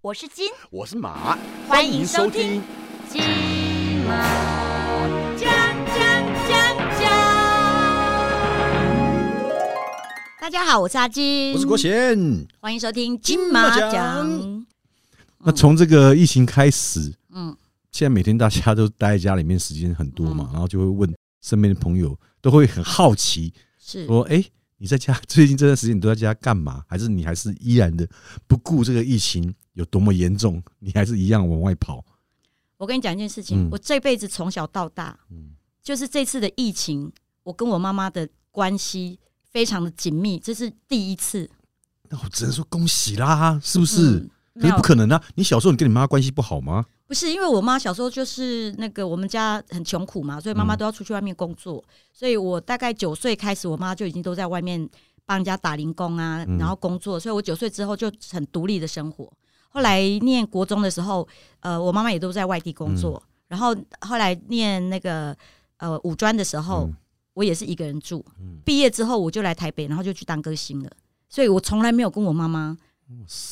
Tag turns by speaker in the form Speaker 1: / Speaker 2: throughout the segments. Speaker 1: 我是金，
Speaker 2: 我是马，
Speaker 1: 欢迎收听金毛讲讲讲讲。大家好，我是阿金，
Speaker 2: 我是郭贤。
Speaker 1: 欢迎收听金
Speaker 2: 马
Speaker 1: 马
Speaker 2: 奖
Speaker 1: 奖。
Speaker 3: 那从这个疫情开始，
Speaker 1: 嗯，
Speaker 3: 现在每天大家都待在家里面时间很多嘛，然后就会问身边的朋友，都会很好奇
Speaker 1: 是
Speaker 3: 说：“哎、你在家 最近这段时间你都在家干嘛？还是你还是依然的不顾这个疫情有多么严重，你还是一样往外跑
Speaker 1: 我跟你讲一件事情，
Speaker 3: 嗯
Speaker 1: 我这辈子从小到大，
Speaker 3: 嗯
Speaker 1: 就是这次的疫情，我跟我妈妈的关系非常的紧密，这是第一次，？”
Speaker 3: 那我哦只能说恭喜啦，是不是？
Speaker 1: 嗯
Speaker 3: 可
Speaker 1: 没
Speaker 3: 是
Speaker 1: 有
Speaker 3: 不可能啊！你小时候你跟你妈关系不好吗？
Speaker 1: 不是因为我妈小时候就是那个我们家很穷苦嘛，所以妈妈
Speaker 3: 嗯
Speaker 1: 都要出去外面工作，所以我大概九岁开始，我妈就已经都在外面帮人家打零工啊，
Speaker 3: 嗯
Speaker 1: 然后工作，所以我九岁之后就很独立的生活。后来念国中的时候，呃，我妈妈也都在外地工
Speaker 3: 嗯
Speaker 1: 作，然后后来念那个呃五专的时候，
Speaker 3: 嗯
Speaker 1: 我也是一个人住
Speaker 3: 嗯。
Speaker 1: 毕业之后我就来台北，然后就去当歌星了，所以我从来没有跟我妈妈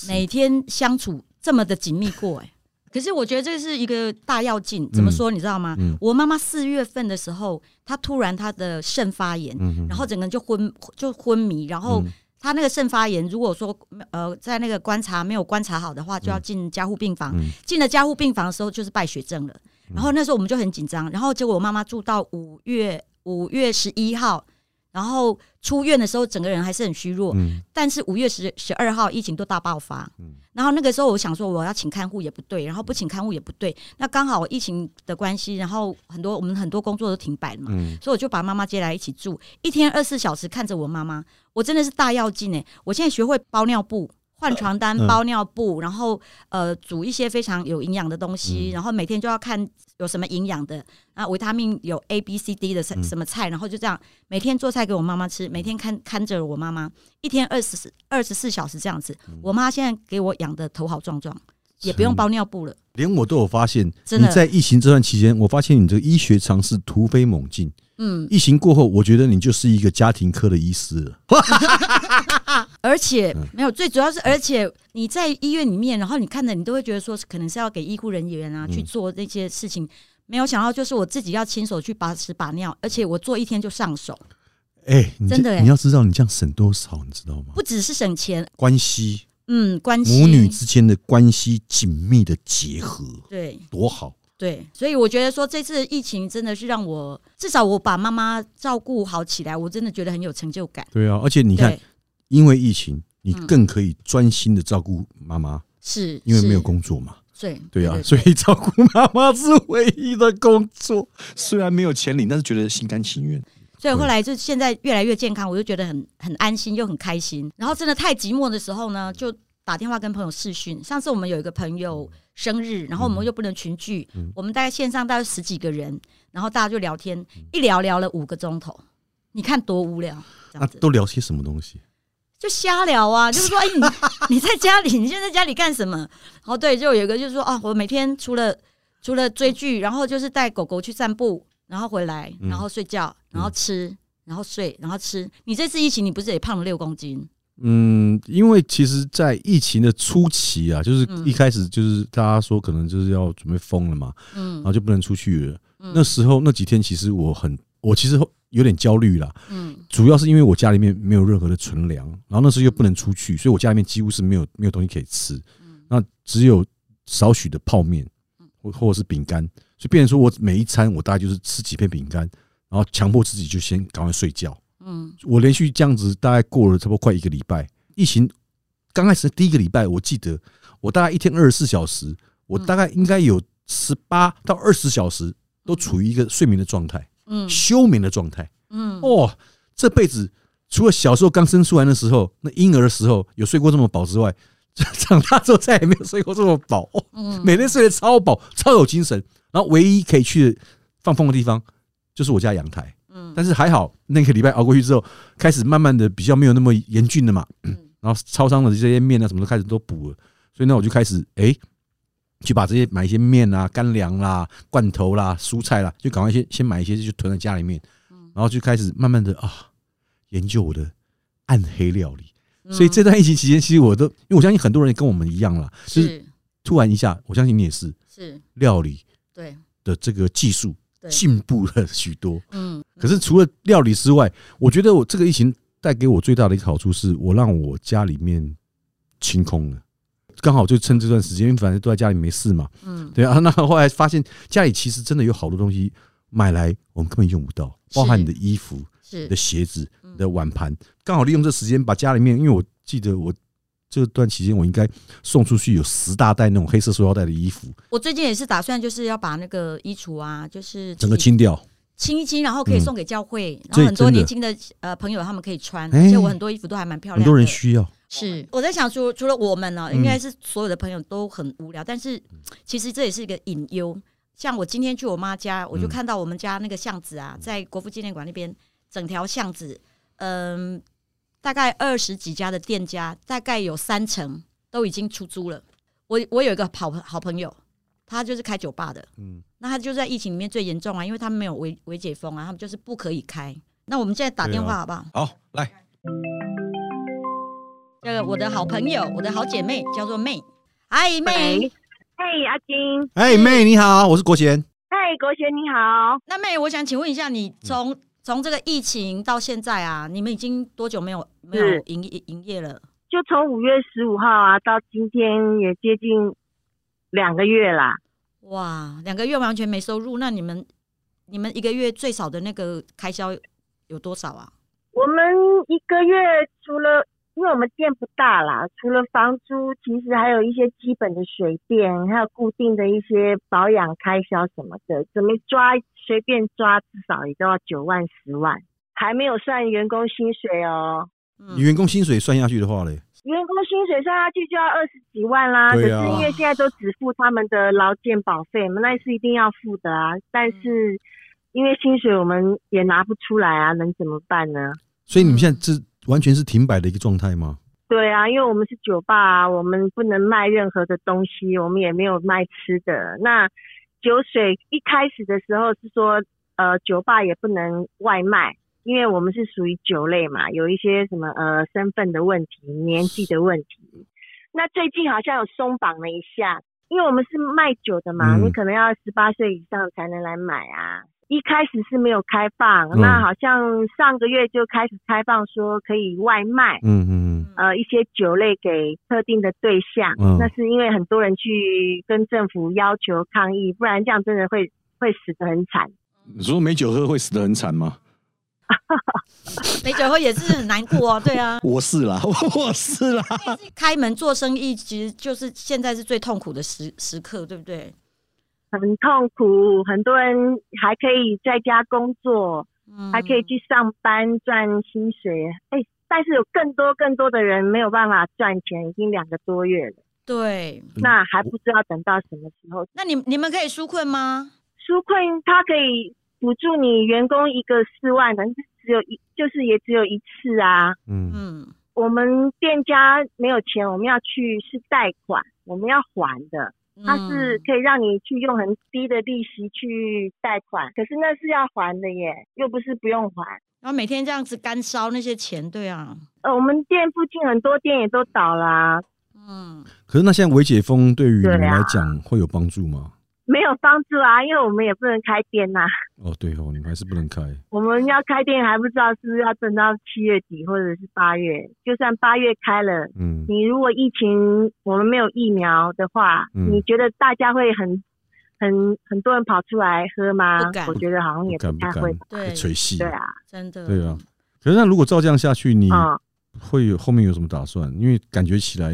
Speaker 1: 每天相处这么的紧密过、哎， 可是我觉得这是一个大要进，怎么说你知道吗？
Speaker 3: 嗯
Speaker 1: 我妈妈四月份的时候，她突然她的肾发炎，
Speaker 3: 嗯哼，
Speaker 1: 然后整个人就昏就昏迷，然后
Speaker 3: 嗯
Speaker 1: 她那个肾发炎，如果说呃在那个观察没有观察好的话，就要进加护病房。
Speaker 3: 嗯
Speaker 1: 进了加护病房的时候就是败血症了，然后那时候我们就很紧张，然后结果我妈妈住到五月五月十一号。然后出院的时候，整个人还是很虚弱，
Speaker 3: 嗯
Speaker 1: 但是五月十十二号疫情都大爆发，
Speaker 3: 嗯
Speaker 1: 然后那个时候我想说我要请看护也不对，然后不请看护也不对，那刚好疫情的关系，然后很多我们很多工作都停摆了嘛，
Speaker 3: 嗯
Speaker 1: 所以我就把妈妈接来一起住，一天二十四小时看着我妈妈，我真的是大要进哎、我现在学会包尿布。换床单、
Speaker 3: 嗯
Speaker 1: 包尿布，然后呃煮一些非常有营养的东
Speaker 3: 嗯
Speaker 1: 西，然后每天就要看有什么营养的啊，维他命有 A、B、C、D 的什
Speaker 3: 嗯
Speaker 1: 什么菜，然后就这样每天做菜给我妈妈吃，每天看看着我妈妈，一天二十四二十四小时这样子。
Speaker 3: 嗯
Speaker 1: 我妈现在给我养的头好壮壮，也不用包尿布了。
Speaker 3: 连我都有发现，
Speaker 1: 真的
Speaker 3: 你在疫情这段期间，我发现你这个医学常识突飞猛进。
Speaker 1: 嗯，
Speaker 3: 疫情过后，我觉得你就是一个家庭科的医师了。
Speaker 1: 而且没
Speaker 3: 嗯
Speaker 1: 有，最主要是，而且你在医院里面，然后你看着你都会觉得说，可能是要给医护人员
Speaker 3: 嗯
Speaker 1: 啊去做那些事情。没有想到，就是我自己要亲手去把屎把尿，而且我做一天就上手，
Speaker 3: 哎、你这
Speaker 1: 真的哎
Speaker 3: 你要知道你这样省多少，你知道吗
Speaker 1: 不？只是省钱，
Speaker 3: 关系
Speaker 1: 嗯，关系
Speaker 3: 母女之间的关系紧密的结合，
Speaker 1: 对
Speaker 3: 多好！
Speaker 1: 对，所以我觉得说这次疫情真的是让我至少我把妈妈照顾好起来，我真的觉得很有成就感。
Speaker 3: 对啊，而且你看
Speaker 1: 对，，
Speaker 3: 因为疫情，你
Speaker 1: 嗯
Speaker 3: 更可以专心的照顾妈妈，
Speaker 1: 是
Speaker 3: 因为没
Speaker 1: 嗯是
Speaker 3: 有工作嘛。
Speaker 1: 对
Speaker 3: 对啊，所以照顾妈妈是唯一的工作，虽然没有钱领，但是觉得心甘情愿。
Speaker 1: 所以后来就现在越来越健康，我就觉得很很安心又很开心。然后真的太寂寞的时候呢，就打电话跟朋友视讯。上次我们有一个朋友生日，然后我们又不能群聚，我们大概线上大概十几个人，然后大家就聊天，一聊聊了五个钟头，你看多无聊，这
Speaker 3: 那
Speaker 1: 样子。
Speaker 3: 都聊些什么东西？
Speaker 1: 就瞎聊 啊，就是说，哎、你你在家里，你现在在家里干什么？哦，对，就有一个就是说，啊，我每天除了除了追剧，然后就是带狗狗去散步，然后回来，
Speaker 3: 嗯
Speaker 1: 然后睡觉，然后吃，然后睡，然后吃。你这次疫情，你不是也胖了六公斤？
Speaker 3: 嗯，因为其实，在疫情的初期啊，就是
Speaker 1: 嗯
Speaker 3: 一开始就是大家说可能就是要准备封了嘛，然
Speaker 1: 嗯
Speaker 3: 后就不能出去了。
Speaker 1: 嗯
Speaker 3: 那时候那几天，其实我很，我其实有点焦虑啦，
Speaker 1: 嗯
Speaker 3: 主要是因为我家里面没有任何的存粮，然后那时候又不能出去，所以我家里面几乎是没有没有东西可以吃，
Speaker 1: 嗯
Speaker 3: 那只有少许的泡面或或者是饼干，所以变成说我每一餐我大概就是吃几片饼干，然后强迫自己就先赶快睡觉。
Speaker 1: 嗯
Speaker 3: 我连续这样子大概过了差不多快一个礼拜。疫情刚开始第一个礼拜，我记得我大概一天二十四小时，我大概应该有十八到二十小时都处于一个睡眠的状态、
Speaker 1: 嗯
Speaker 3: 休眠的状态。
Speaker 1: 嗯，
Speaker 3: 哦，这辈子除了小时候刚生出来的时候，那婴儿的时候有睡过这么饱之外， 长大之后再也没有睡过这么饱。哦
Speaker 1: 嗯
Speaker 3: 每天睡得超饱，超有精神。然后唯一可以去放风的地方就是我家阳台。
Speaker 1: 嗯
Speaker 3: 但是还好，那个礼拜熬过去之后，开始慢慢的比较没有那么严峻了嘛。然后超商的这些面啊，什么都开始都补了，所以呢，我就开始哎、诶去把这些买一些面啊、干粮啦、罐头啦、蔬菜啦，就赶快先先买一些，就囤在家里面，然后就开始慢慢的啊，研究我的
Speaker 1: 嗯
Speaker 3: 暗黑料理。所以这段疫情期间，其实我都因为我相信很多人也跟我们一样啦，就
Speaker 1: 嗯
Speaker 3: 是
Speaker 1: 是
Speaker 3: 突然一下，我相信你也是
Speaker 1: 是
Speaker 3: 料理
Speaker 1: 对，
Speaker 3: 的这个技术
Speaker 1: 对
Speaker 3: 进步了许多。
Speaker 1: 嗯，
Speaker 3: 可是除了料理之外，我觉得我这个疫情带给我最大的一个好处是，我让我家里面清空了。刚好就趁这段时间，因为反正都在家里没事嘛。
Speaker 1: 嗯，
Speaker 3: 对啊，那后来发现家里其实真的有好多东西买来我们根本用不到，包含你的衣服、
Speaker 1: 是
Speaker 3: 你的鞋子、
Speaker 1: 嗯
Speaker 3: 你的碗盘。刚好利用这时间把家里面，因为我记得我这段期间我应该送出去有十大袋那种黑色塑料袋的衣服，
Speaker 1: 我最近也是打算就是要把那个衣橱啊，就是
Speaker 3: 整个
Speaker 1: 清
Speaker 3: 清掉。
Speaker 1: 清一清，然后可以
Speaker 3: 嗯
Speaker 1: 送给教会，然
Speaker 3: 这
Speaker 1: 后很多
Speaker 3: 真的
Speaker 1: 年轻的呃朋友他们可以穿，
Speaker 3: 哎
Speaker 1: 而且我很多衣服都还蛮漂
Speaker 3: 很
Speaker 1: 亮的，
Speaker 3: 多人需要。
Speaker 1: 是，哦我在想除除了我们
Speaker 3: 嗯
Speaker 1: 呢、应该是所有的朋友都很无聊，但是其实这也是一个隐忧。像我今天去我妈家，我就
Speaker 3: 嗯
Speaker 1: 看到我们家那个巷子啊，在国父纪念馆那边，整条巷子，嗯、大概二十几家的店家，大概有三成都已经出租了。我我有一个好好朋友，他就是开酒吧的，
Speaker 3: 嗯，
Speaker 1: 那他就在疫情里面最严重啊，因为他们没有微微解封啊，他们就是不可以开。那我们现在打
Speaker 3: 对啊
Speaker 1: 电话好不好？
Speaker 3: 好，来，
Speaker 1: 这个我的好朋友，我的好姐妹叫做妹，阿姨妹
Speaker 2: 喂。嘿，阿金，
Speaker 3: 哎，妹你好，我是国贤。
Speaker 2: 嘿，国学你好。
Speaker 1: 那妹，我想请问一下，你从从这个疫情到现在啊，你们已经多久没有没有
Speaker 2: 是
Speaker 1: 营业营业了？
Speaker 2: 就从五月十五号啊到今天也接近两个月啦。
Speaker 1: 哇，两个月完全没收入，那你们你们一个月最少的那个开销有多少啊？
Speaker 2: 我们一个月除了因为我们店不大啦，除了房租，其实还有一些基本的水电，还有固定的一些保养开销什么的，怎么抓随便抓，至少也都要九万十万，还没有算员工薪水哦。
Speaker 1: 嗯，
Speaker 3: 你员工薪水算下去的话嘞，
Speaker 2: 员工薪水算下去就要二十几万啦，可
Speaker 3: 对
Speaker 2: 是
Speaker 3: 啊
Speaker 2: 因为现在都只付他们的劳健保费嘛，那是一定要付的啊。但是因为薪水我们也拿不出来啊，能怎么办呢？
Speaker 3: 所以
Speaker 2: 嗯
Speaker 3: 你们现在这完全是停摆的一个状态吗？
Speaker 2: 对啊，因为我们是酒吧、啊，我们不能卖任何的东西，我们也没有卖吃的。那酒水一开始的时候是说，呃，酒吧也不能外卖，因为我们是属于酒类嘛，有一些什么呃身份的问题、年纪的问题。那最近好像有松绑了一下，因为我们是卖酒的嘛，
Speaker 3: 嗯
Speaker 2: 你可能要十八岁以上才能来买啊。一开始是没有开放，
Speaker 3: 嗯
Speaker 2: 那好像上个月就开始开放，说可以外卖。
Speaker 3: 嗯嗯嗯，
Speaker 2: 呃一些酒类给特定的对象，
Speaker 3: 嗯
Speaker 2: 那是因为很多人去跟政府要求抗议，不然这样真的会会死得很惨。
Speaker 3: 你说没酒喝会死得很惨吗？
Speaker 1: 没酒后也是很难过 哦，对啊，
Speaker 3: 我是啦， 我是啦。
Speaker 1: 开门做生意其实就是现在是最痛苦的时时刻，对不对？
Speaker 2: 很痛苦，很多人还可以在家工作，
Speaker 1: 嗯，
Speaker 2: 还可以去上班赚薪水。哎、但是有更多更多的人没有办法赚钱，已经两个多月了，
Speaker 1: 对。
Speaker 3: 嗯
Speaker 2: 那还不知道等到什么时候。
Speaker 1: 那你你们可以纾困吗？
Speaker 2: 纾困它可以补助你员工一个四万，但是只有一，就是也只有一次啊。
Speaker 3: 嗯，
Speaker 1: 嗯，
Speaker 2: 我们店家没有钱，我们要去是贷款，我们要还的。
Speaker 1: 嗯
Speaker 2: 它是可以让你去用很低的利息去贷款，可是那是要还的耶，又不是不用还。
Speaker 1: 然后每天这样子干烧那些钱，对啊，
Speaker 2: 呃，我们店附近很多店也都倒啊啦、
Speaker 1: 嗯，
Speaker 3: 可是那现在微解封对于你们
Speaker 2: 对啊
Speaker 3: 来讲会有帮助吗？
Speaker 2: 没有帮助啊，因为我们也不能开店呐、
Speaker 3: 哦，对哦，你们还是不能开。
Speaker 2: 我们要开店还不知道是不是要等到七月底或者是八月，就算八月开了，
Speaker 3: 嗯，
Speaker 2: 你如果疫情我们没有疫苗的话，
Speaker 3: 嗯
Speaker 2: 你觉得大家会很很很多人跑出来喝吗
Speaker 1: 不敢？
Speaker 2: 我觉得好像
Speaker 3: 不
Speaker 2: 也
Speaker 3: 敢不
Speaker 2: 太
Speaker 3: 敢
Speaker 2: 会。，
Speaker 1: 对，
Speaker 3: 垂戏。
Speaker 2: 对啊，
Speaker 1: 真的，
Speaker 3: 对啊，可是那如果照这样下去，你
Speaker 2: 嗯，
Speaker 3: 会有后面有什么打算？因为感觉起来，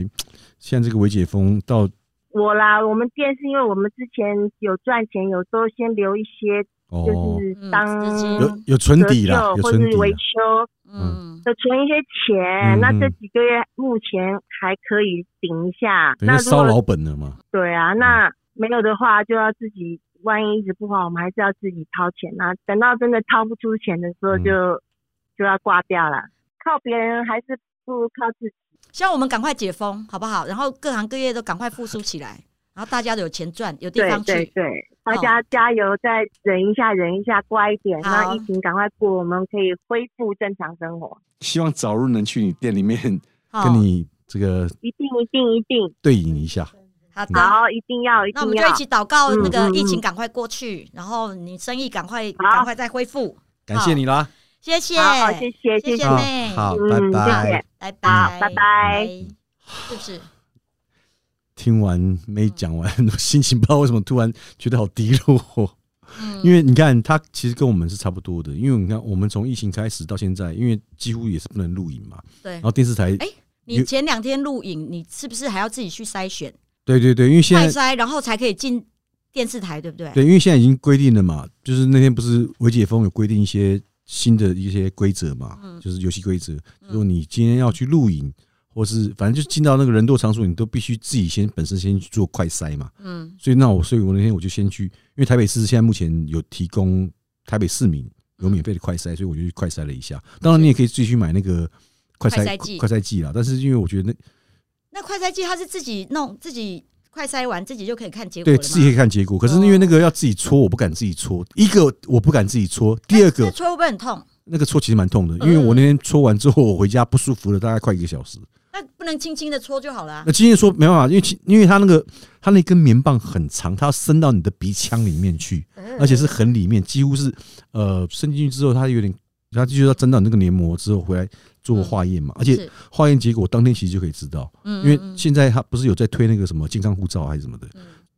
Speaker 3: 现在这个微解封到
Speaker 2: 我啦，我们店是因为我们之前有赚钱，有都先留一些，就
Speaker 3: 哦，
Speaker 2: 是
Speaker 1: 嗯
Speaker 2: 当
Speaker 1: 资金
Speaker 3: 有有存
Speaker 2: 折
Speaker 3: 底啦，
Speaker 2: 旧
Speaker 3: 有
Speaker 2: 或
Speaker 3: 存底
Speaker 2: 是维
Speaker 3: 啦。
Speaker 2: 修，
Speaker 1: 嗯，
Speaker 2: 就存一些钱。
Speaker 3: 嗯
Speaker 2: 那这
Speaker 3: 嗯
Speaker 2: 几个月目前还可以顶一下。
Speaker 3: 等于
Speaker 2: 那
Speaker 3: 烧
Speaker 2: 如
Speaker 3: 老
Speaker 2: 果
Speaker 3: 本了嘛。
Speaker 2: 对啊，
Speaker 1: 嗯
Speaker 2: 那没有的话就要自己。万一一直不还，我们还是要自己掏钱啊。等到真的掏不出钱的时候
Speaker 3: 嗯
Speaker 2: 就，就要挂掉了。靠别人还是不如靠自己。
Speaker 1: 希望我们赶快解封，好不好？然后各行各业都赶快复苏起来，然后大家都有钱赚，有地
Speaker 2: 对
Speaker 1: 方
Speaker 2: 对
Speaker 1: 去。哦
Speaker 2: 对，大家加油，再忍一下，忍一下，乖一点，
Speaker 1: 好
Speaker 2: 让疫情赶快过，我们可以恢复正常生活。
Speaker 3: 希望早日能去你店里面
Speaker 1: 好
Speaker 3: 跟你这个
Speaker 2: 一定，一定，一定。嗯
Speaker 3: 对饮一下。
Speaker 1: 嗯好的，
Speaker 2: 然后一定要一
Speaker 1: 那我们
Speaker 2: 定
Speaker 1: 就
Speaker 2: 要
Speaker 1: 一，起祷告，
Speaker 2: 嗯
Speaker 1: 那个
Speaker 2: 嗯
Speaker 1: 疫情
Speaker 2: 嗯
Speaker 1: 赶快过去，然后你生意赶快
Speaker 2: 好
Speaker 1: 赶快再恢复。
Speaker 3: 感谢你啦，
Speaker 1: 谢谢，
Speaker 2: 好好，谢
Speaker 1: 谢
Speaker 2: 谢
Speaker 1: 谢
Speaker 2: 谢谢
Speaker 1: 姐，
Speaker 3: 好
Speaker 1: 妹
Speaker 3: 好，拜
Speaker 2: 嗯谢
Speaker 3: 拜
Speaker 2: 谢。
Speaker 1: 拜拜，
Speaker 2: 好，拜拜。
Speaker 1: 是不是？
Speaker 3: 听完没讲完，我心情不知道为什么突然觉得好低落哦。
Speaker 1: 嗯，
Speaker 3: 因为你看，他其实跟我们是差不多的，因为你看，我们从疫情开始到现在，因为几乎也是不能录影嘛，
Speaker 1: 对
Speaker 3: 然，后电视台，
Speaker 1: 哎你前两天录影，你是不是还要自己去筛选、
Speaker 3: 对对对，因为现
Speaker 1: 快
Speaker 3: 在
Speaker 1: 筛，然后才可以进电视台，对不对？
Speaker 3: 对，因为现在已经规定了嘛，就是那天不是维解封有规定一些新的一些规则嘛，
Speaker 1: 嗯
Speaker 3: 就是游戏规则，如果你今天要去录影，或是反正就进到那个人多场所，你都必须自己先本身先去做快筛嘛，
Speaker 1: 嗯
Speaker 3: 所以那我所以我那天我就先去，因为台北市现在目前有提供台北市民有免费的快筛，所以我就去快筛了一下。当然你也可以自己去买那个快
Speaker 1: 快
Speaker 3: 筛
Speaker 1: 筛剂
Speaker 3: 快筛剂啦，但是因为我觉得那
Speaker 1: 那快筛剂它是自己弄，自己快筛完自己就可以看结果
Speaker 3: 对
Speaker 1: 了吗？
Speaker 3: 自己可以看结果，可是
Speaker 1: 哦
Speaker 3: 因为那个要自己搓，我不敢自己搓。一个我不敢自己搓，第二
Speaker 1: 哎 那
Speaker 3: 个
Speaker 1: 吹会不会很痛？
Speaker 3: 那个搓其实蛮痛的，因为我那天搓完之后我回家不舒服了大概快一个小时。
Speaker 1: 那不能轻轻的搓就好了啊、
Speaker 3: 那今天说没办法，因为其因为它那个它那根棉棒很长，它要伸到你的鼻腔里面去。
Speaker 1: 嗯
Speaker 3: 而且是很里面，几乎是呃伸进去之后，它有点，它就是要针到你那个黏膜之后回来做化验嘛，而且
Speaker 1: 嗯是
Speaker 3: 化验结果当天其实就可以知道，
Speaker 1: 嗯
Speaker 3: 因为
Speaker 1: 嗯嗯嗯
Speaker 3: 现在它不是有在推那个什么健康护照还是什么的，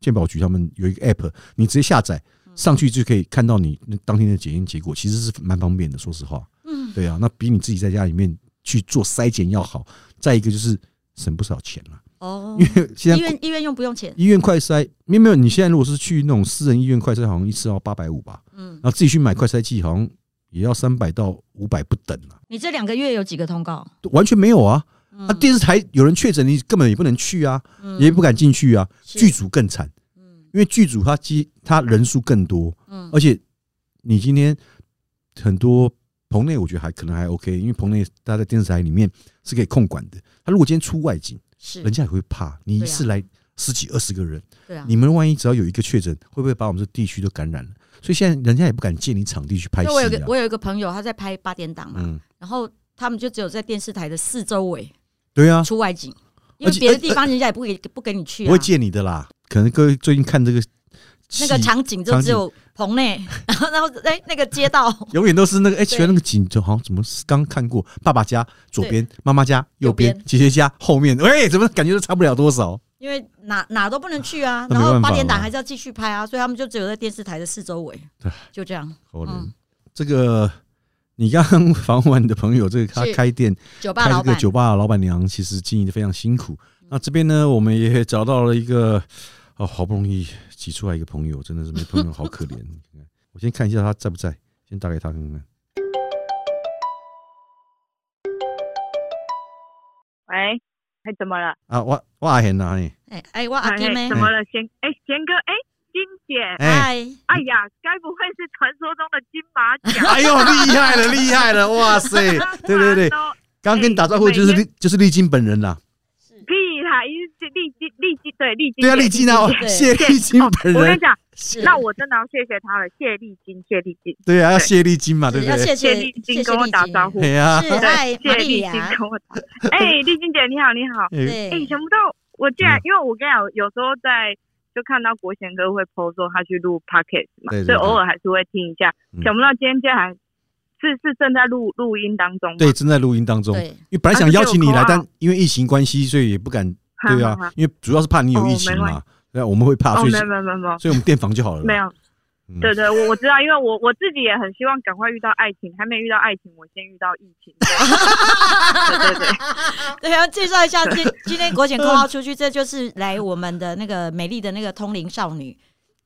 Speaker 3: 健保局他们有一个 app，你直接下载上去就可以看到你那当天的检验结果，其实是蛮方便的，说实话，
Speaker 1: 嗯
Speaker 3: 对啊，那比你自己在家里面去做筛检要好，再一个就是省不少钱了，
Speaker 1: 哦，
Speaker 3: 因为现
Speaker 1: 医
Speaker 3: 在。
Speaker 1: 院医院用不用钱？
Speaker 3: 医院快筛没有没有，你现在如果是去那种私人医院快筛，好像一次要八百五吧，
Speaker 1: 嗯
Speaker 3: 然，后自己去买快筛剂，好像也要三百到五百不等啊，
Speaker 1: 你这两个月有几个通告？
Speaker 3: 完全没有啊。
Speaker 1: 嗯
Speaker 3: 啊，电视台有人确诊，你根本也不能去啊，
Speaker 1: 嗯
Speaker 3: 也不敢进去啊。
Speaker 1: 是
Speaker 3: 剧组更惨，
Speaker 1: 嗯
Speaker 3: 因为剧组它机它人数更多，
Speaker 1: 嗯
Speaker 3: 而且你今天很多棚内，我觉得还可能还 OK，因为棚内大家在电视台里面是可以控管的。他如果今天出外景，
Speaker 1: 是
Speaker 3: 人家也会怕，你一次
Speaker 1: 对
Speaker 3: 来十几二十个人，
Speaker 1: 对啊，
Speaker 3: 你们万一只要有一个确诊，会不会把我们这地区都感染了？所以现在人家也不敢借你场地去拍戏
Speaker 1: 就我有个
Speaker 3: 啊
Speaker 1: 我。有一个朋友，他在拍八点档嘛，
Speaker 3: 嗯，
Speaker 1: 然后他们就只有在电视台的四周围
Speaker 3: 对啊，
Speaker 1: 出外景，因
Speaker 3: 而
Speaker 1: 为
Speaker 3: 且
Speaker 1: 别的地方人家也不给不给你去
Speaker 3: 不
Speaker 1: 啊
Speaker 3: 会。借你的啦。可能各位最近看这个戏，
Speaker 1: 那个场景就
Speaker 3: 场景
Speaker 1: 只有棚内， 然后然后哎那个街道
Speaker 3: 永远都是那个哎，
Speaker 1: 对
Speaker 3: 奇怪那个景，就好像怎么刚看过爸爸家左边，妈妈家右
Speaker 1: 右
Speaker 3: 边，
Speaker 1: 边
Speaker 3: 姐姐家后面，哎，怎么感觉都差不了多少？
Speaker 1: 因为哪哪都不能去啊，
Speaker 3: 那没
Speaker 1: 然后
Speaker 3: 办法
Speaker 1: 八点档
Speaker 3: 嘛
Speaker 1: 还是要继续拍啊，所以他们就只有在电视台的四周围
Speaker 3: 对，
Speaker 1: 就这样。
Speaker 3: 可
Speaker 1: 嗯
Speaker 3: 能这个你刚刚访问你的朋友，这个他
Speaker 1: 是
Speaker 3: 开店
Speaker 1: 酒吧
Speaker 3: 开
Speaker 1: 老
Speaker 3: 这个
Speaker 1: 板，嗯
Speaker 3: 酒吧的老板娘，其实经营的非常辛苦。那这边呢，我们也找到了一个哦，好不容易挤出来一个朋友，真的是没朋友好可怜。你看我先看一下他在不在，先打给他看看。
Speaker 2: 喂，哎，怎么了？
Speaker 3: 啊，我我阿贤啊，你
Speaker 1: 哎哎，我阿金
Speaker 2: 哎
Speaker 1: 妹
Speaker 2: 怎，么了？贤，哎，贤哥，哎，金姐，
Speaker 3: 哎。？
Speaker 1: 哎，
Speaker 2: 哎呀，该不会是传说中的金马 奖啊
Speaker 3: 哎呦，厉害了，厉害了，哇 塞！对对对，
Speaker 2: 当然咯
Speaker 3: 刚跟你打招呼就是
Speaker 2: 哎每
Speaker 3: 丽，就是丽晶本人啦。
Speaker 2: 屁啦，一定是丽丽丽晶，对丽晶姐，
Speaker 3: 对啊，丽晶啊，我
Speaker 1: 对
Speaker 3: 谢丽晶本
Speaker 2: 我跟你
Speaker 3: 人，
Speaker 2: 讲，
Speaker 1: 是
Speaker 2: 那我真的要谢谢他了，谢丽晶，谢丽晶，
Speaker 3: 对啊，要
Speaker 2: 对
Speaker 3: 谢丽晶嘛，对
Speaker 1: 是
Speaker 3: 不
Speaker 1: 要
Speaker 3: 对？
Speaker 1: 谢
Speaker 2: 谢
Speaker 1: 谢
Speaker 2: 丽
Speaker 1: 谢
Speaker 2: 晶跟我
Speaker 1: 丽
Speaker 2: 打
Speaker 1: 晶
Speaker 2: 招 呼
Speaker 3: 对啊
Speaker 1: 是，爱
Speaker 2: 谢
Speaker 1: 玛丽
Speaker 2: 丽晶
Speaker 1: 亚，
Speaker 2: 跟我打。哎，丽晶姐你好，你 好。
Speaker 1: 对
Speaker 3: 哎
Speaker 2: 哎，想不到我竟
Speaker 3: 嗯
Speaker 2: 然，因为我跟你讲，有时候在就看到国贤哥会 PO 说他去录 podcast 嘛，
Speaker 3: 对对对
Speaker 2: 所以偶尔还是会听一下。
Speaker 3: 嗯
Speaker 2: 想不到今天竟然是是正在录录音当中嘛，
Speaker 3: 对，正在录音当中。
Speaker 1: 对，
Speaker 3: 因为本来想邀请你来，
Speaker 2: 啊这个有空
Speaker 3: 但
Speaker 2: 啊
Speaker 3: 因为疫情关系，所以也不敢。
Speaker 2: 哈
Speaker 3: 对
Speaker 2: 哈
Speaker 3: 啊
Speaker 2: 哈，，
Speaker 3: 因为主要是怕你有疫情
Speaker 2: 哦没关
Speaker 3: 嘛，对啊，我们会怕，
Speaker 2: 哦，
Speaker 3: 所以
Speaker 2: 没有没有没有没有
Speaker 3: 所以我们电访就好了。
Speaker 2: 没，有。
Speaker 3: 嗯
Speaker 2: 对对，我我知道，因为我我自己也很希望赶快遇到爱情，还没遇到爱情，我先遇到疫 情。对对对，
Speaker 1: 对，要介绍一下今今天国检扣号出去，这就是来我们的那个美丽的那个通灵少女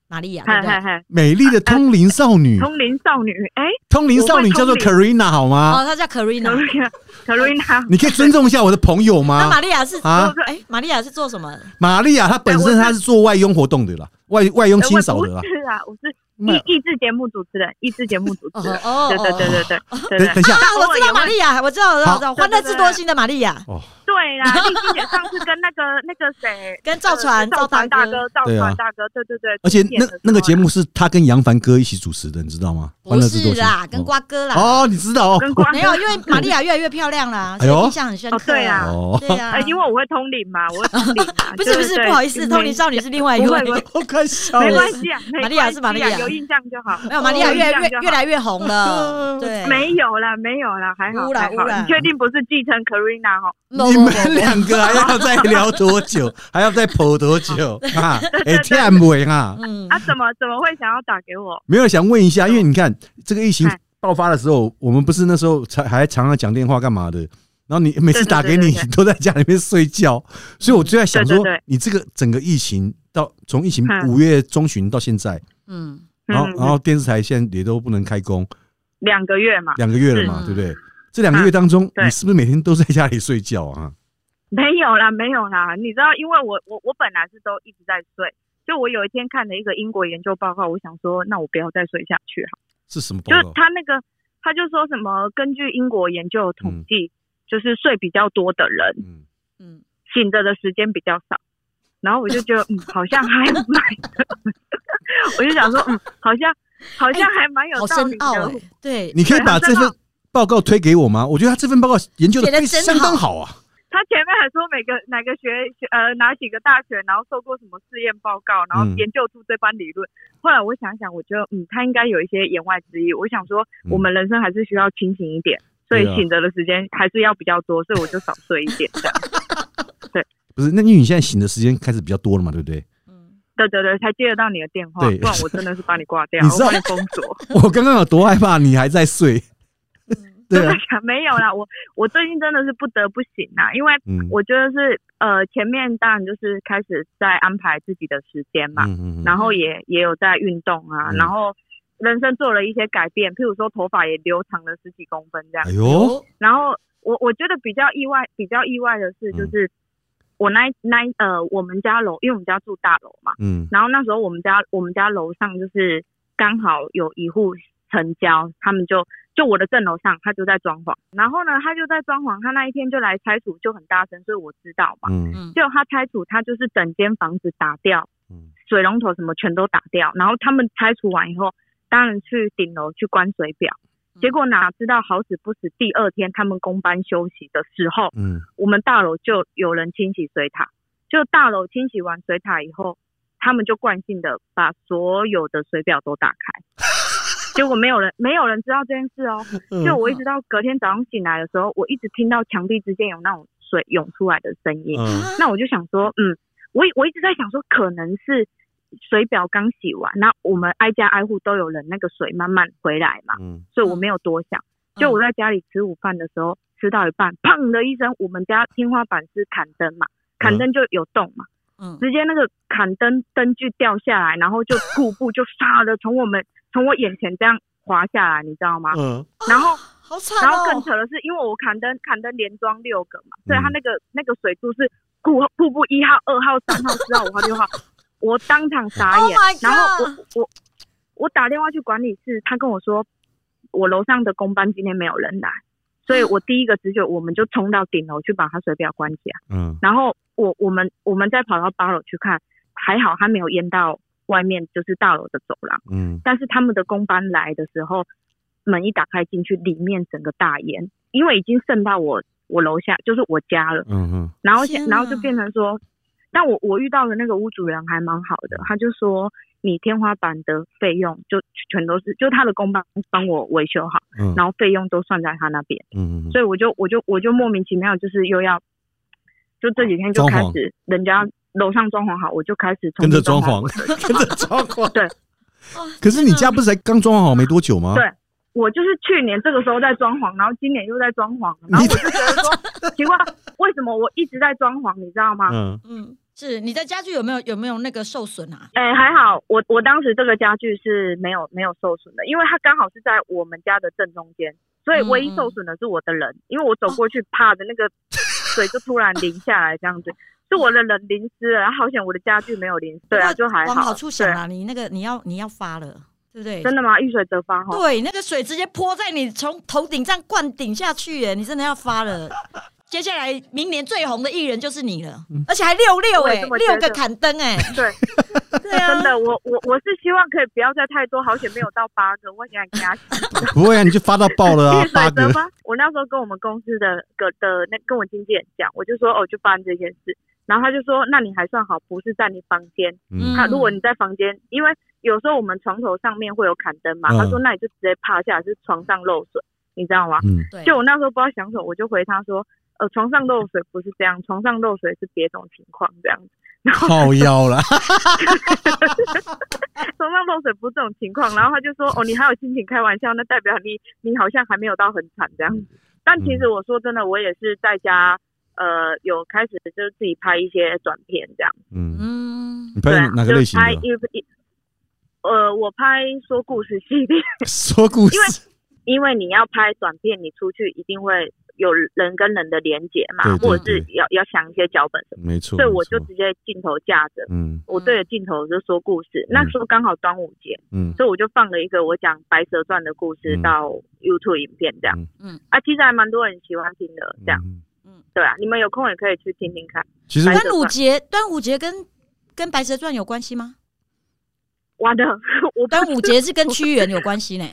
Speaker 1: 玛利亚，对
Speaker 2: 嗨
Speaker 1: 不
Speaker 2: 嗨
Speaker 1: 对？
Speaker 2: 嗨，
Speaker 3: 美丽的通灵少女，
Speaker 2: 通灵少女，哎，
Speaker 3: 通灵少女叫做
Speaker 2: 啊我会
Speaker 3: Karina 好吗？
Speaker 1: 哦，她叫
Speaker 2: 啊
Speaker 1: Karina。
Speaker 2: Karina，Karina，
Speaker 3: 你可以尊重一下我的朋友
Speaker 1: 那
Speaker 3: 吗？
Speaker 1: 玛利亚是
Speaker 3: 啊
Speaker 1: 哎，玛利亚是做什么？
Speaker 3: 玛利亚她本身
Speaker 2: 哎我
Speaker 3: 她是做外佣活动的啦，外外佣清扫的啦
Speaker 2: 我不。是啊，我是
Speaker 3: 那
Speaker 2: 益益智节目主持人，益智节目主
Speaker 1: 哦
Speaker 2: 持人。
Speaker 1: 哦，
Speaker 2: 对对对对对对
Speaker 3: 等等
Speaker 2: 对
Speaker 3: 一下，
Speaker 1: 啊啊，我知道玛利亚，我知道，我知道，我知道，
Speaker 3: 好
Speaker 1: 欢乐智多星的玛利亚。
Speaker 3: 哦，
Speaker 2: 对对啦，丽欣姐上次跟那个那个谁， 呃
Speaker 1: 跟赵传
Speaker 2: 赵
Speaker 1: 传
Speaker 2: 传
Speaker 1: 大
Speaker 2: 大
Speaker 1: 哥
Speaker 2: 哥，赵
Speaker 3: 对啊
Speaker 2: 传大哥，对对对，
Speaker 3: 而且
Speaker 2: 经典
Speaker 3: 那
Speaker 2: 的
Speaker 3: 那个
Speaker 2: 时候啊
Speaker 3: 节目是他跟杨凡哥一起主持的，你知道吗？欢
Speaker 1: 不
Speaker 3: 乐智多
Speaker 1: 是
Speaker 3: 星
Speaker 1: 啦，跟
Speaker 3: 哦
Speaker 1: 瓜哥啦，
Speaker 3: 哦，你知道哦，
Speaker 2: 跟光
Speaker 1: 没有，因为玛利亚越来越漂亮 啦，所
Speaker 3: 哎
Speaker 1: 以
Speaker 3: 呦
Speaker 1: 印象很深刻。
Speaker 2: 哦对啊
Speaker 3: 哦
Speaker 1: 对啊，
Speaker 2: 呃，，因为我会通灵嘛，我会通灵 嘛
Speaker 1: 不是不是，不好意思，通灵
Speaker 2: 上
Speaker 1: 少女是另外一
Speaker 2: 不
Speaker 1: 位
Speaker 2: 会不。会
Speaker 3: 我快笑
Speaker 2: 没
Speaker 3: 了
Speaker 2: 关。系啊，
Speaker 1: 玛
Speaker 2: 没
Speaker 1: 利亚
Speaker 2: 关
Speaker 1: 是
Speaker 2: 系
Speaker 1: 玛利亚
Speaker 2: 啊，有印象就好，哦
Speaker 1: 没有，玛利亚
Speaker 2: 有印
Speaker 1: 越
Speaker 2: 象
Speaker 1: 越
Speaker 2: 就好
Speaker 1: 越来越红 了。对，
Speaker 2: 没有啦，没有啦，还好
Speaker 1: 污染
Speaker 2: 还好
Speaker 1: 污，染
Speaker 2: 你确定不是继承 Karina 哈？
Speaker 1: 不，
Speaker 3: 你
Speaker 1: 不不
Speaker 3: 们两个还要再聊多久？还要再跑多久啊？ 哎，天伟啊！
Speaker 1: 嗯
Speaker 2: 啊，怎么怎么会想要打给我？
Speaker 3: 没有想问一下，因为你看这个疫情
Speaker 2: 哎
Speaker 3: 爆发的时候，我们不是那时候才还常常讲电话干嘛的？然后你每次
Speaker 2: 对对
Speaker 3: 打给你，
Speaker 2: 对对
Speaker 3: 你都在家里面睡觉，所以我就在想说
Speaker 2: 对对对，
Speaker 3: 你这个整个疫情到从疫情
Speaker 2: 嗯
Speaker 3: 五月中旬到现在，
Speaker 1: 嗯，
Speaker 2: 嗯
Speaker 3: 然后然后电视台现在也都不能开工
Speaker 2: 两个月嘛，
Speaker 3: 两个月了嘛，
Speaker 1: 是
Speaker 3: 对不对？这两个月当中，
Speaker 2: 啊对
Speaker 3: 你是不是每天都在家里睡觉啊？
Speaker 2: 没有啦，没有啦，你知道，因为我我我本来是都一直在睡。就我有一天看了一个英国研究报告，我想说，那我不要再睡下去好。
Speaker 3: 是什么报
Speaker 2: 就是
Speaker 3: 告？
Speaker 2: 他那个，他就说什么，根据英国研究统计，就是睡比较多的人，
Speaker 3: 嗯，
Speaker 1: 嗯，
Speaker 2: 醒着的时间比较少。然后我就觉得，嗯，好像 还蛮，我就想说，嗯，好像好像
Speaker 3: 哎
Speaker 2: 还蛮有
Speaker 1: 好
Speaker 2: 道
Speaker 1: 深
Speaker 2: 理的。
Speaker 1: 奥哎，对，
Speaker 3: 你可以
Speaker 2: 对
Speaker 3: 把
Speaker 2: 他
Speaker 3: 这份
Speaker 2: 真
Speaker 3: 报告推给我吗？我觉得他这份报告研究的
Speaker 1: 写得
Speaker 3: 非
Speaker 1: 真
Speaker 3: 相当
Speaker 1: 好
Speaker 3: 好啊。
Speaker 2: 他前面还说每个哪个学学呃哪几个大学，然后受过什么试验报告，然后
Speaker 3: 嗯
Speaker 2: 研究出这番理论。后来我想想，我觉得嗯，他应该有一些言外之意。我想说，
Speaker 3: 嗯
Speaker 2: 我们人生还是需要清醒一点，所以
Speaker 3: 对啊
Speaker 2: 醒着的时间还是要比较多，所以我就少睡一点 这样。
Speaker 3: 不是，那因为你现在醒的时间开始比较多了嘛，对不对？
Speaker 1: 嗯
Speaker 2: 对对对，才接得到你的电话，
Speaker 3: 对
Speaker 2: 不然我真的是把你挂 掉，
Speaker 3: 你
Speaker 2: 我
Speaker 3: 知道
Speaker 2: 把你封锁。
Speaker 3: 我刚刚有多害怕，你还在睡？
Speaker 1: 嗯
Speaker 3: 对啊，
Speaker 2: 没有啦，我我最近真的是不得不醒啦，因为
Speaker 3: 嗯，
Speaker 2: 我觉得是呃前面当然就是开始在安排自己的时间嘛，
Speaker 3: 嗯嗯嗯
Speaker 2: 然后也也有在运动啊，
Speaker 3: 嗯
Speaker 2: 然后人生做了一些改变，譬如说头发也留长了十几公分这样
Speaker 3: 哎。呦，
Speaker 2: 然后我我觉得比较意外，比较意外的是，
Speaker 3: 嗯
Speaker 2: 就是我那一那一呃我们家楼，因为我们家住大楼嘛，
Speaker 3: 嗯
Speaker 2: 然后那时候我们家我们家楼上就是刚好有一户成交，他们就就我的正楼上，他就在装潢，然后呢他就在装潢，他那一天就来拆除，就很大声，所以我知道嘛。
Speaker 3: 嗯
Speaker 1: 嗯
Speaker 2: 结果他拆除，他就是整间房子打掉，
Speaker 3: 嗯
Speaker 2: 水龙头什么全都打掉，然后他们拆除完以后，当然去顶楼去关水表，结果哪知道好死不死，第二天他们公班休息的时候，
Speaker 3: 嗯，
Speaker 2: 我们大楼就有人清洗水塔，就大楼清洗完水塔以后，他们就惯性的把所有的水表都打 开，结果没有人没有人知道这件事哦，
Speaker 3: 嗯
Speaker 2: 就我一直到隔天早上醒来的时候，我一直听到墙壁之间有那种水涌出来的声音，
Speaker 3: 嗯
Speaker 1: 啊
Speaker 2: 那我就想说，嗯，我我一直在想说，可能是水表刚洗完，那我们挨家挨户都有人那个水慢慢回来嘛，
Speaker 3: 嗯
Speaker 2: 所以我没有多想。就
Speaker 1: 嗯
Speaker 2: 我在家里吃午饭的时候，吃到一半，砰的一声，我们家天花板是砍灯嘛，砍灯就有洞嘛，
Speaker 1: 嗯
Speaker 2: 直接那个砍灯灯具掉下来，然后就瀑布就 唰的从我们从我眼前这样滑下来，你知道吗？
Speaker 3: 嗯
Speaker 2: 然后
Speaker 1: 好惨
Speaker 2: 然后更
Speaker 1: 哦，
Speaker 2: 扯的是，因为我砍灯砍灯连装六个嘛，所以它
Speaker 3: 嗯
Speaker 2: 那个那个水柱是瀑瀑布一号、二号、三号、四号、五号、六号，我当场傻
Speaker 1: Oh
Speaker 2: 眼。
Speaker 1: my
Speaker 2: 然后我我我打电话去管理室，他跟我说我楼上的工班今天没有人来，所以我第一个直觉我们就冲到顶楼去把他水表关起来，
Speaker 3: 嗯
Speaker 2: 然后我我们我们再跑到八楼去看，还好他没有淹到外面就是大楼的走廊。
Speaker 3: 嗯，
Speaker 2: 但是他们的工班来的时候，门一打开进去，里面整个大烟，因为已经渗到我我楼下，就是我家了。
Speaker 3: 嗯嗯
Speaker 2: 然后
Speaker 1: 天
Speaker 2: 现
Speaker 1: 哪
Speaker 2: 然后就变成说，但我我遇到的那个屋主人还蛮好的，他就说你天花板的费用就全都是，就他的工班帮我维修好，
Speaker 3: 嗯
Speaker 2: 然后费用都算在他那边，
Speaker 3: 嗯
Speaker 2: 所以我就我就我就莫名其妙就是又要，就这几天就
Speaker 3: 装
Speaker 2: 开
Speaker 3: 潢
Speaker 2: 始人家楼上装潢好，我就开始重
Speaker 3: 跟着
Speaker 2: 新
Speaker 3: 装
Speaker 2: 潢
Speaker 3: 潢，跟着装潢。
Speaker 2: 对，
Speaker 1: 啊
Speaker 3: 可是你家不是才刚装潢好没多久吗？
Speaker 2: 对我就是去年这个时候在装潢，然后今年又在装潢，然后我就觉得说，奇怪，为什么我一直在装潢，你知道吗？
Speaker 3: 嗯
Speaker 1: 嗯，是你在家具有没有有没有那个受损啊？
Speaker 2: 哎、还好，我我当时这个家具是没有没有受损的，因为它刚好是在我们家的正中间，所以唯
Speaker 1: 嗯
Speaker 2: 一受损的是我的人，因为我
Speaker 1: 哦
Speaker 2: 走过去，啪的那个水就突然淋下来，这样子，是我的人淋湿了，然后好险我的家具没有淋湿，对啊，
Speaker 1: 不过
Speaker 2: 就还
Speaker 1: 往
Speaker 2: 好，
Speaker 1: 好处想
Speaker 2: 对
Speaker 1: 啊，你那个你要你要发了，对不对？
Speaker 2: 真的哦吗？遇水则发哈。
Speaker 1: 对，那个水直接泼在你从头顶这样灌顶下去，耶！你真的要发了。接下来明年最红的艺人就是你了，而且还六六
Speaker 2: 嗯我
Speaker 1: 哎、
Speaker 2: 也这么觉得
Speaker 1: 六个砍灯哎、
Speaker 2: 对，
Speaker 1: 对啊，
Speaker 2: 真的，我我我是希望可以不要再太多，好险没有到八个，我想压
Speaker 3: 不会啊，你就发到爆了 啊
Speaker 2: 绿，
Speaker 3: 八
Speaker 2: 水
Speaker 3: 个
Speaker 2: 折吗？我那时候跟我们公司的个的那跟我经纪人讲，我就说哦，就发生这件事，然后他就说，那你还算好，不是在你房间。
Speaker 3: 嗯
Speaker 2: 他、如果你在房间，因为有时候我们床头上面会有砍灯嘛，
Speaker 3: 嗯
Speaker 2: 他说那你就直接趴下，是床上漏水，你知道吗？
Speaker 3: 嗯，
Speaker 1: 对
Speaker 2: 就我那时候不知道想什么，我就回他说，呃，床上漏水不是这样，床上漏水是别种情况这样子。然后
Speaker 3: 靠腰了，
Speaker 2: 床上漏水不是这种情况，然后他就说：“哦，你还有心情开玩笑，那代表你你好像还没有到很惨这样
Speaker 3: 嗯
Speaker 2: 子。”但其实我说真的，我也是在家，呃，有开始就是自己拍一些短片这样。
Speaker 3: 嗯，
Speaker 1: 嗯
Speaker 3: 你
Speaker 2: 对
Speaker 3: 拍
Speaker 2: 啊，
Speaker 3: 哪个
Speaker 2: 就是
Speaker 3: 类型
Speaker 2: 拍
Speaker 3: 的？
Speaker 2: 一一，呃，我拍说故事系列，
Speaker 3: 说故事
Speaker 2: 因为因为你要拍短片，你出去一定会有人跟人的连接嘛，
Speaker 3: 对对
Speaker 2: 或者是要要想一些脚本什么，
Speaker 3: 没错，
Speaker 2: 所以我就
Speaker 3: 没错
Speaker 2: 直接镜头架着，
Speaker 3: 嗯
Speaker 2: 我对着镜头就说故事。那时候刚好端午节。
Speaker 3: 嗯
Speaker 2: 所以我就放了一个我讲《白蛇传》的故事
Speaker 3: 嗯
Speaker 2: 到 YouTube 影片这样，
Speaker 1: 嗯嗯
Speaker 2: 啊，其实还蛮多人喜欢听的，这样，
Speaker 3: 嗯
Speaker 2: 对啊，你们有空也可以去听听看，
Speaker 3: 其实
Speaker 2: 白
Speaker 1: 端午节，端午节跟跟《白蛇传》有关系吗？
Speaker 2: 完了， 我
Speaker 1: 端午节是跟屈原有关系 呢、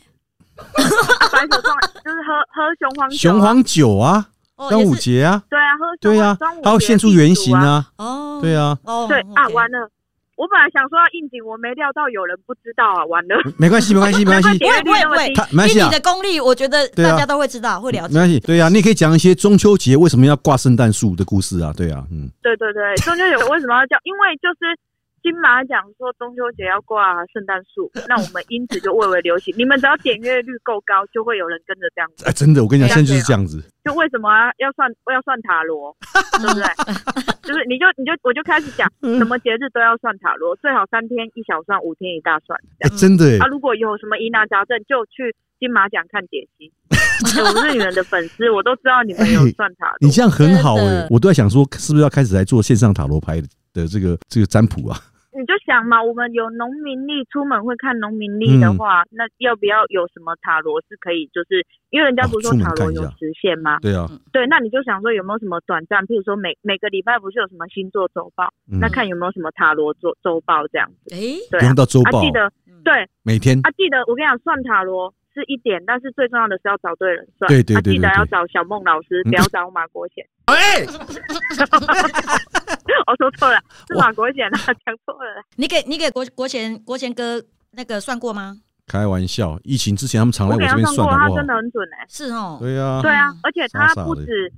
Speaker 2: 《白蛇传》就是喝喝雄黄酒啊
Speaker 3: 雄，黄酒啊，
Speaker 1: 哦，
Speaker 3: 端
Speaker 1: 也
Speaker 3: 午
Speaker 1: 是
Speaker 3: 节啊，
Speaker 2: 对啊，喝雄黄
Speaker 3: 对啊
Speaker 2: 端午，节
Speaker 3: 还有现出原形
Speaker 2: 避暑啊，
Speaker 3: 啊，
Speaker 1: 哦，
Speaker 3: 对啊，
Speaker 1: 哦，
Speaker 2: 对啊，
Speaker 1: OK
Speaker 2: 完了。我本来想说要应景，我没料到有人不知道啊，完了，
Speaker 3: 没关系，没关系，没关
Speaker 2: 他
Speaker 3: 系，
Speaker 2: 点阅率那么
Speaker 1: 不会
Speaker 2: 低
Speaker 3: 他没关
Speaker 1: 以
Speaker 3: 系啊
Speaker 1: 你的，功力，我觉得
Speaker 3: 对啊
Speaker 1: 大家都会知道，会了
Speaker 3: 没
Speaker 1: 解。
Speaker 3: 关系，对啊，你也可以讲一些中秋节为什么要挂圣诞树的故事啊，对啊，嗯，
Speaker 2: 对对对，中秋节为什么要叫？因为就是金马奖说中秋节要挂圣诞树，那我们因此就蔚为流行。你们只要点阅率够高，就会有人跟着 这样子。
Speaker 3: 哎，真的，我跟你讲，
Speaker 2: 对啊
Speaker 3: 现在就是这样子，
Speaker 2: 就为什么要算要算塔罗，对不对？就是你就你就我就开始讲，什么节日都要算塔罗，最好三天一小算，五天一大算。
Speaker 3: 哎，真的
Speaker 2: 啊，
Speaker 3: 哎，
Speaker 2: 如果有什么疑难杂症，就去金马奖看解析。哎我是你们的粉丝，我都知道你们有算塔罗
Speaker 3: 你。这样很好
Speaker 1: 真
Speaker 3: 哎
Speaker 1: 的，
Speaker 3: 我都在想说，是不是要开始来做线上塔罗牌的这个这个占卜啊？
Speaker 2: 你就想嘛，我们有农民历，出门会看农民历
Speaker 3: 嗯
Speaker 2: 的话，那要不要有什么塔罗是可以？就是因为人家不是
Speaker 3: 哦
Speaker 2: 说
Speaker 3: 出门
Speaker 2: 塔罗
Speaker 3: 看一下
Speaker 2: 有时限吗？
Speaker 3: 对啊，
Speaker 2: 对，那你就想说有没有什么短暂？譬如说每每个礼拜不是有什么星座周报，
Speaker 3: 嗯
Speaker 2: 那看有没有什么塔罗周周报这样子。
Speaker 1: 诶，
Speaker 2: 对
Speaker 3: 不
Speaker 2: 啊
Speaker 3: 用，到周
Speaker 2: 啊
Speaker 3: 报
Speaker 2: 记，得
Speaker 1: 嗯
Speaker 2: 对
Speaker 3: 每天
Speaker 2: 啊记得，我跟你讲，算塔罗是一点，但是最重要的是要找对人算。
Speaker 3: 对对对
Speaker 2: 啊、记得
Speaker 3: 对对
Speaker 2: 要找小孟老师，
Speaker 3: 嗯
Speaker 2: 不要找马国贤。 喂，我说错了，是马国贤啊，讲错了啦。
Speaker 1: 你给你给国国贤国贤哥那个算过吗？
Speaker 3: 开玩笑，疫情之前他们常来
Speaker 2: 我
Speaker 3: 我
Speaker 2: 给
Speaker 3: 这
Speaker 2: 他
Speaker 3: 边
Speaker 2: 算
Speaker 3: 算
Speaker 2: 过，他
Speaker 3: 好不好
Speaker 2: 真？的很准哎、
Speaker 1: 是哦，
Speaker 3: 对啊，
Speaker 2: 对啊
Speaker 1: 嗯，
Speaker 2: 而且他
Speaker 3: 傻傻的
Speaker 2: 不止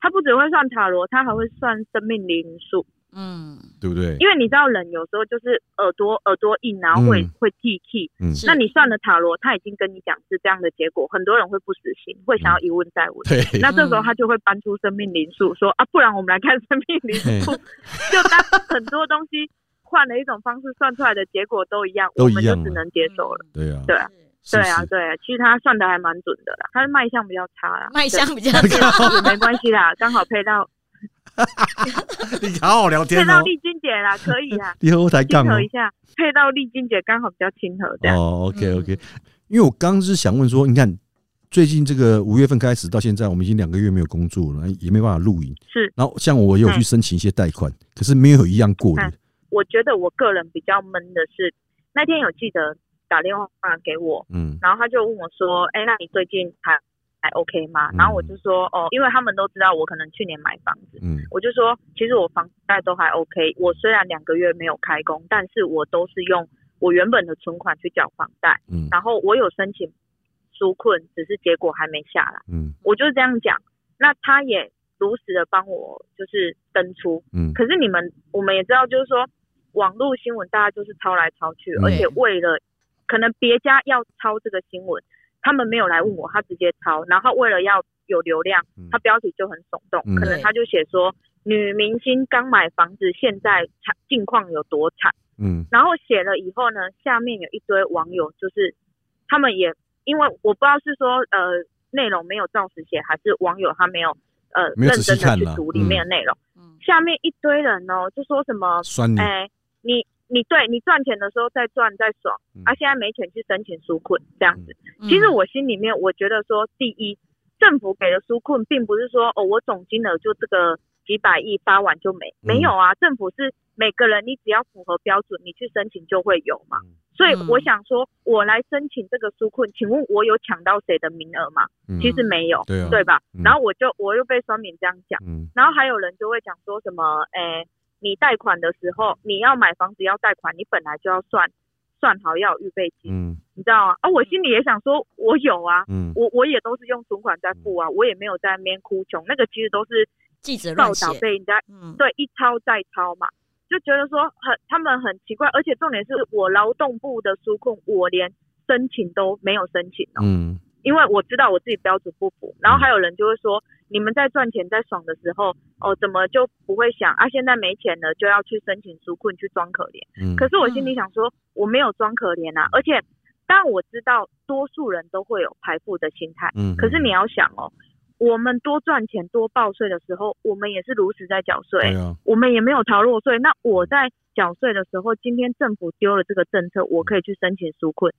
Speaker 2: 他不只会算塔罗，他还会算生命灵数。
Speaker 1: 嗯，
Speaker 3: 对不对？
Speaker 2: 因为你知道人有时候就是耳朵耳朵硬，然后会、
Speaker 3: 嗯
Speaker 2: 会记 key。
Speaker 3: 嗯
Speaker 1: 是
Speaker 2: 那你算了塔罗，他已经跟你讲是这样的结果，很多人会不死心，会想要一问再问。
Speaker 3: 嗯对，
Speaker 2: 那这时
Speaker 1: 嗯
Speaker 2: 候他就会搬出生命灵数，说啊，不然我们来看生命灵数。就当很多东西换了一种方式算出来的结果都一样，
Speaker 3: 都一
Speaker 2: 我们
Speaker 3: 样
Speaker 2: 就
Speaker 3: 啊
Speaker 2: 只能接
Speaker 1: 嗯
Speaker 2: 受了。
Speaker 3: 对啊，
Speaker 2: 对啊，
Speaker 3: 是
Speaker 2: 对
Speaker 3: 不
Speaker 2: 啊，
Speaker 3: 是？
Speaker 2: 对啊，其实他算的还蛮准的啦，他的卖相比较差啦，
Speaker 1: 卖相比 较
Speaker 2: 对也没关系啦，刚好配到
Speaker 3: 你好好聊
Speaker 2: 配
Speaker 3: 天
Speaker 2: 到
Speaker 3: 哦，，
Speaker 2: 丽君姐啦，可以啦
Speaker 3: 你和我抬
Speaker 2: 亲
Speaker 3: 杠哦
Speaker 2: 和一。下，配到丽君姐刚好比较亲和这样。
Speaker 3: 哦，OK OK，因为我刚刚是想问说，你看最近这个五月份开始到现在，我们已经两个月没有工作了，也没办法露营。
Speaker 2: 是，
Speaker 3: 然后像我也有去
Speaker 2: 嗯
Speaker 3: 申请一些贷款，可是没有一样过的
Speaker 2: 嗯。我觉得我个人比较闷的是，那天有记者打电话给我，
Speaker 3: 嗯
Speaker 2: 然后他就问我说：“哎、那你最近还还 OK 吗
Speaker 3: 嗯？”
Speaker 2: 然后我就说：“哦，因为他们都知道我可能去年买房子，
Speaker 3: 嗯
Speaker 2: 我就说其实我房贷都还 OK。我虽然两个月没有开工，但是我都是用我原本的存款去缴房贷，
Speaker 3: 嗯
Speaker 2: 然后我有申请纾困，只是结果还没下来。
Speaker 3: 嗯
Speaker 2: 我就是这样讲，那他也如实的帮我就是登出，
Speaker 3: 嗯，
Speaker 2: 可是你们，我们也知道，就是说网络新闻大家就是抄来抄去，
Speaker 3: 嗯
Speaker 2: 而且为了可能别家要抄这个新闻，他们没有来问我，他直接抄，然后为了要有流量
Speaker 3: 嗯，
Speaker 2: 他标题就很耸动，
Speaker 3: 嗯
Speaker 2: 可能他就写说女明星刚买房子，现在惨境况有多惨，
Speaker 3: 嗯
Speaker 2: 然后写了以后呢，下面有一堆网友就是他们也因为我不知道是说呃内容没有照实写，还是网友他没有呃
Speaker 3: 没有
Speaker 2: 认
Speaker 3: 仔细
Speaker 2: 真的去
Speaker 3: 看啦
Speaker 2: 读里面的内容。
Speaker 1: 嗯
Speaker 2: 下面一堆人哦，就说什么，
Speaker 3: 酸你，
Speaker 2: 哎、你你对你赚钱的时候再赚再爽，
Speaker 3: 嗯
Speaker 2: 啊，现在没钱去申请纾困这样子。
Speaker 1: 嗯
Speaker 2: 其实我心里面我觉得说，第一，政府给的纾困，并不是说哦，我总金额就这个几百亿发完就
Speaker 3: 嗯
Speaker 2: 没没有啊。政府是每个人你只要符合标准，你去申请就会有嘛。
Speaker 3: 嗯
Speaker 2: 所以我想说，我来申请这个纾困，请问我有抢到谁的名额吗？
Speaker 3: 嗯
Speaker 2: 其实没有，
Speaker 3: 对啊
Speaker 2: 对吧
Speaker 3: 嗯？
Speaker 2: 然后我就我又被酸敏这样讲，
Speaker 3: 嗯
Speaker 2: 然后还有人就会讲说什么，诶、你贷款的时候，你要买房子要贷款，你本来就要算算好要有预备金，
Speaker 3: 嗯
Speaker 2: 你知道吗？啊，我心里也想说，我有啊，
Speaker 3: 嗯，
Speaker 2: 我我也都是用存款在付啊，我也没有在那边哭穷，那个其实都是
Speaker 1: 记者
Speaker 2: 报
Speaker 1: 乱写
Speaker 2: 道，被人家
Speaker 1: 嗯，
Speaker 2: 对一抄再抄嘛，就觉得说很他们很奇怪，而且重点是我劳动部的纾困，我连申请都没有申请哦，
Speaker 3: 嗯
Speaker 2: 因为我知道我自己标准不符。然后还有人就会说，你们在赚钱在爽的时候，哦，怎么就不会想啊？现在没钱了就要去申请纾困去装可怜。
Speaker 3: 嗯，
Speaker 2: 可是我心里想说，我没有装可怜啊，而且当然我知道多数人都会有排富的心态，
Speaker 3: 嗯，
Speaker 2: 可是你要想哦，我们多赚钱多报税的时候，我们也是如实在缴税
Speaker 3: 对，啊，
Speaker 2: 我们也没有逃漏税。那我在缴税的时候，今天政府丢了这个政策，我可以去申请纾困，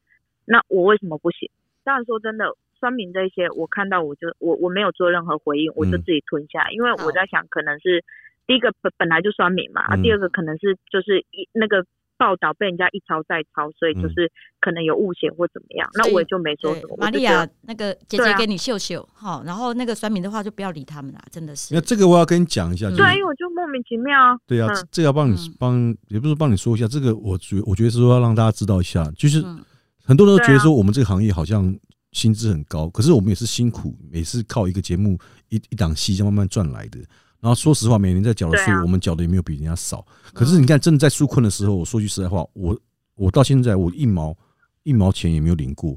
Speaker 2: 那我为什么不行？当然说真的，酸民这些我看到我就我我没有做任何回应，我就
Speaker 3: 嗯
Speaker 2: 自己吞下，因为
Speaker 1: 好
Speaker 2: 我在想可能是第一个本本来就酸民嘛，啊
Speaker 3: 嗯
Speaker 2: 第二个可能是就是一那个。报道被人家一抄再抄，所以就
Speaker 3: 嗯
Speaker 2: 是可能有误解或怎么样，
Speaker 1: 所
Speaker 2: 那
Speaker 1: 以
Speaker 2: 我也就没说
Speaker 1: 对
Speaker 2: 什么。，
Speaker 1: 玛
Speaker 2: 我就
Speaker 1: 利
Speaker 2: 觉得
Speaker 1: 亚那个姐
Speaker 2: 对
Speaker 1: 姐
Speaker 2: 啊
Speaker 1: 给你秀秀哈，齁然后那个酸民的话就不要理他们啦，真的是
Speaker 3: 那。这个我要跟你讲一下，就是
Speaker 2: 对，因为我就莫名其妙。
Speaker 3: 对啊，
Speaker 2: 嗯
Speaker 3: 这这要帮你
Speaker 1: 嗯
Speaker 3: 帮，也不是帮你说一下，这个我觉我觉得是说要让大家知道一下，就是
Speaker 1: 嗯
Speaker 3: 很多人都觉得
Speaker 2: 对
Speaker 3: 说我们这个行业好像薪资很高，可是我们也是辛苦，也是靠一个节目一一档戏这样慢慢赚来的。然后说实话，每年在缴的税
Speaker 2: 对，啊
Speaker 3: 我们缴的也没有比人家少。可是你看，真的在纾困的时候，我说句实在话，我我到现在我一毛一毛钱也没有领过。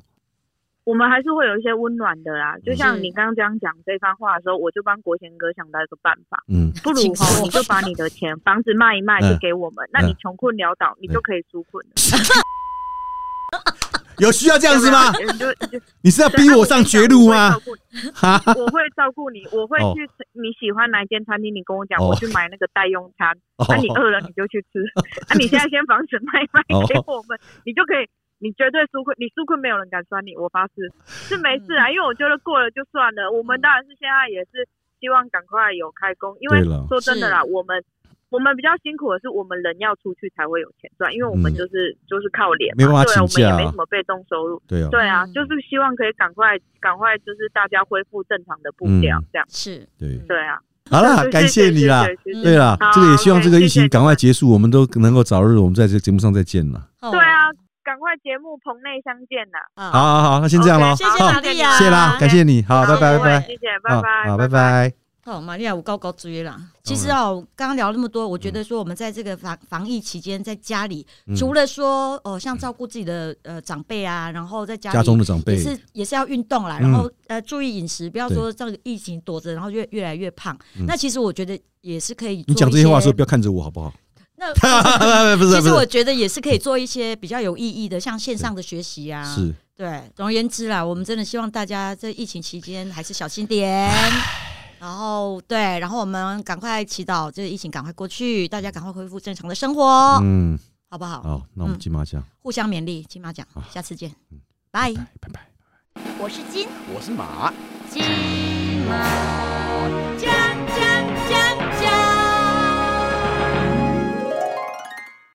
Speaker 2: 我们还是会有一些温暖的啦。就像
Speaker 1: 是
Speaker 3: 嗯
Speaker 2: 你刚刚这样讲这番话的时候，我就帮国贤哥想到一个办法，
Speaker 3: 嗯，
Speaker 2: 不如
Speaker 1: 请
Speaker 2: 哈
Speaker 1: 说，
Speaker 2: 你就把你的钱房子卖一卖，
Speaker 3: 嗯
Speaker 2: 就给我们，那你
Speaker 3: 嗯
Speaker 2: 穷困潦倒，你
Speaker 3: 嗯
Speaker 2: 就可以纾困了，
Speaker 3: 有需要这样子吗？
Speaker 2: 对不对？你就就
Speaker 3: 你是要逼我上绝路吗？？ 哈，
Speaker 2: 啊我会照顾你我会照
Speaker 3: 哦
Speaker 2: 顾你，我会去你喜欢哪一间餐厅，你跟我讲，
Speaker 3: 哦
Speaker 2: 我去买那个代用餐。
Speaker 3: 哦
Speaker 2: 啊那你饿了你就去吃，那你现在先房子卖一卖
Speaker 3: 哦
Speaker 2: 给我们，你就可以，你绝对纾困，你纾困没有人敢酸你，我发誓是没事
Speaker 3: 嗯
Speaker 2: 啊，因为我觉得过了就算了。我们当然是现在也是希望赶快有开工，因为
Speaker 3: 对了
Speaker 2: 说真的啦，我们我们比较辛苦的是我们人要出去才会有钱赚，因为我们
Speaker 3: 嗯
Speaker 2: 就是、就是靠脸
Speaker 3: 没
Speaker 2: 嘛，
Speaker 3: 办法
Speaker 2: 对，我
Speaker 3: 请
Speaker 2: 们
Speaker 3: 假啊
Speaker 2: 也没什么被动收入。
Speaker 3: 对啊，
Speaker 2: 对啊，
Speaker 1: 嗯
Speaker 2: 就是希望可以赶快赶快，就是大家恢复正常的步调，
Speaker 3: 嗯嗯
Speaker 2: 这样
Speaker 1: 是，
Speaker 3: 对
Speaker 2: 对啊。
Speaker 3: 好啦，
Speaker 2: 就是
Speaker 3: 感谢你啦。
Speaker 2: 对对对
Speaker 3: 对啦
Speaker 2: 嗯好，
Speaker 3: 这个也希望
Speaker 2: OK，
Speaker 3: 这个疫
Speaker 2: 谢谢
Speaker 3: 情
Speaker 2: 你
Speaker 3: 赶快
Speaker 2: 们
Speaker 3: 结束，我们都能够早日我们在这个节目上再见了。
Speaker 1: 对
Speaker 2: 对，啊，赶快节目棚内相见呐！
Speaker 1: 嗯
Speaker 3: 好，好好，那先这样喽，
Speaker 1: 谢谢啊
Speaker 3: 好
Speaker 1: 玛利亚，
Speaker 3: 谢啦，感谢你，好，拜拜
Speaker 2: 不
Speaker 3: 拜
Speaker 2: 会
Speaker 3: 拜，
Speaker 2: 谢谢，拜拜，
Speaker 3: 好，拜。拜。
Speaker 1: 哦，玛利亚，我高高追啦。其实哦，刚刚聊那么多，我觉得说我们在这个防防疫期间，在家里、
Speaker 3: 嗯
Speaker 1: 除了说哦，像照顾自己的呃长辈啊，然后在家里
Speaker 3: 家中的长
Speaker 1: 也
Speaker 3: 辈，
Speaker 1: 是也是要运动啦，
Speaker 3: 嗯
Speaker 1: 然后、呃注意饮食，不要说这个疫情躲着，然后越越来越胖。
Speaker 3: 嗯
Speaker 1: 那其实我觉得也是可以做一。
Speaker 3: 你讲这些话的时候不要看着我好不好？
Speaker 1: 那
Speaker 3: 不是
Speaker 1: 其
Speaker 3: 不
Speaker 1: 实我
Speaker 3: 是，
Speaker 1: 觉得也是可以做一些比较有意义的，像线上的学习啊。
Speaker 3: 是
Speaker 1: 对，总而言之啦，我们真的希望大家在疫情期间还是小心点。然后对，然后我们赶快祈祷这个疫情赶快过去，大家赶快恢复正常的生活，
Speaker 3: 嗯，
Speaker 1: 好不好？
Speaker 3: 好，那我
Speaker 1: 嗯
Speaker 3: 们金马奖，
Speaker 1: 互相勉励，金马奖
Speaker 3: 好，
Speaker 1: 下次见
Speaker 3: 嗯，
Speaker 1: 拜。
Speaker 3: 拜拜拜。
Speaker 1: 我是金
Speaker 4: 我是马。
Speaker 1: 金马。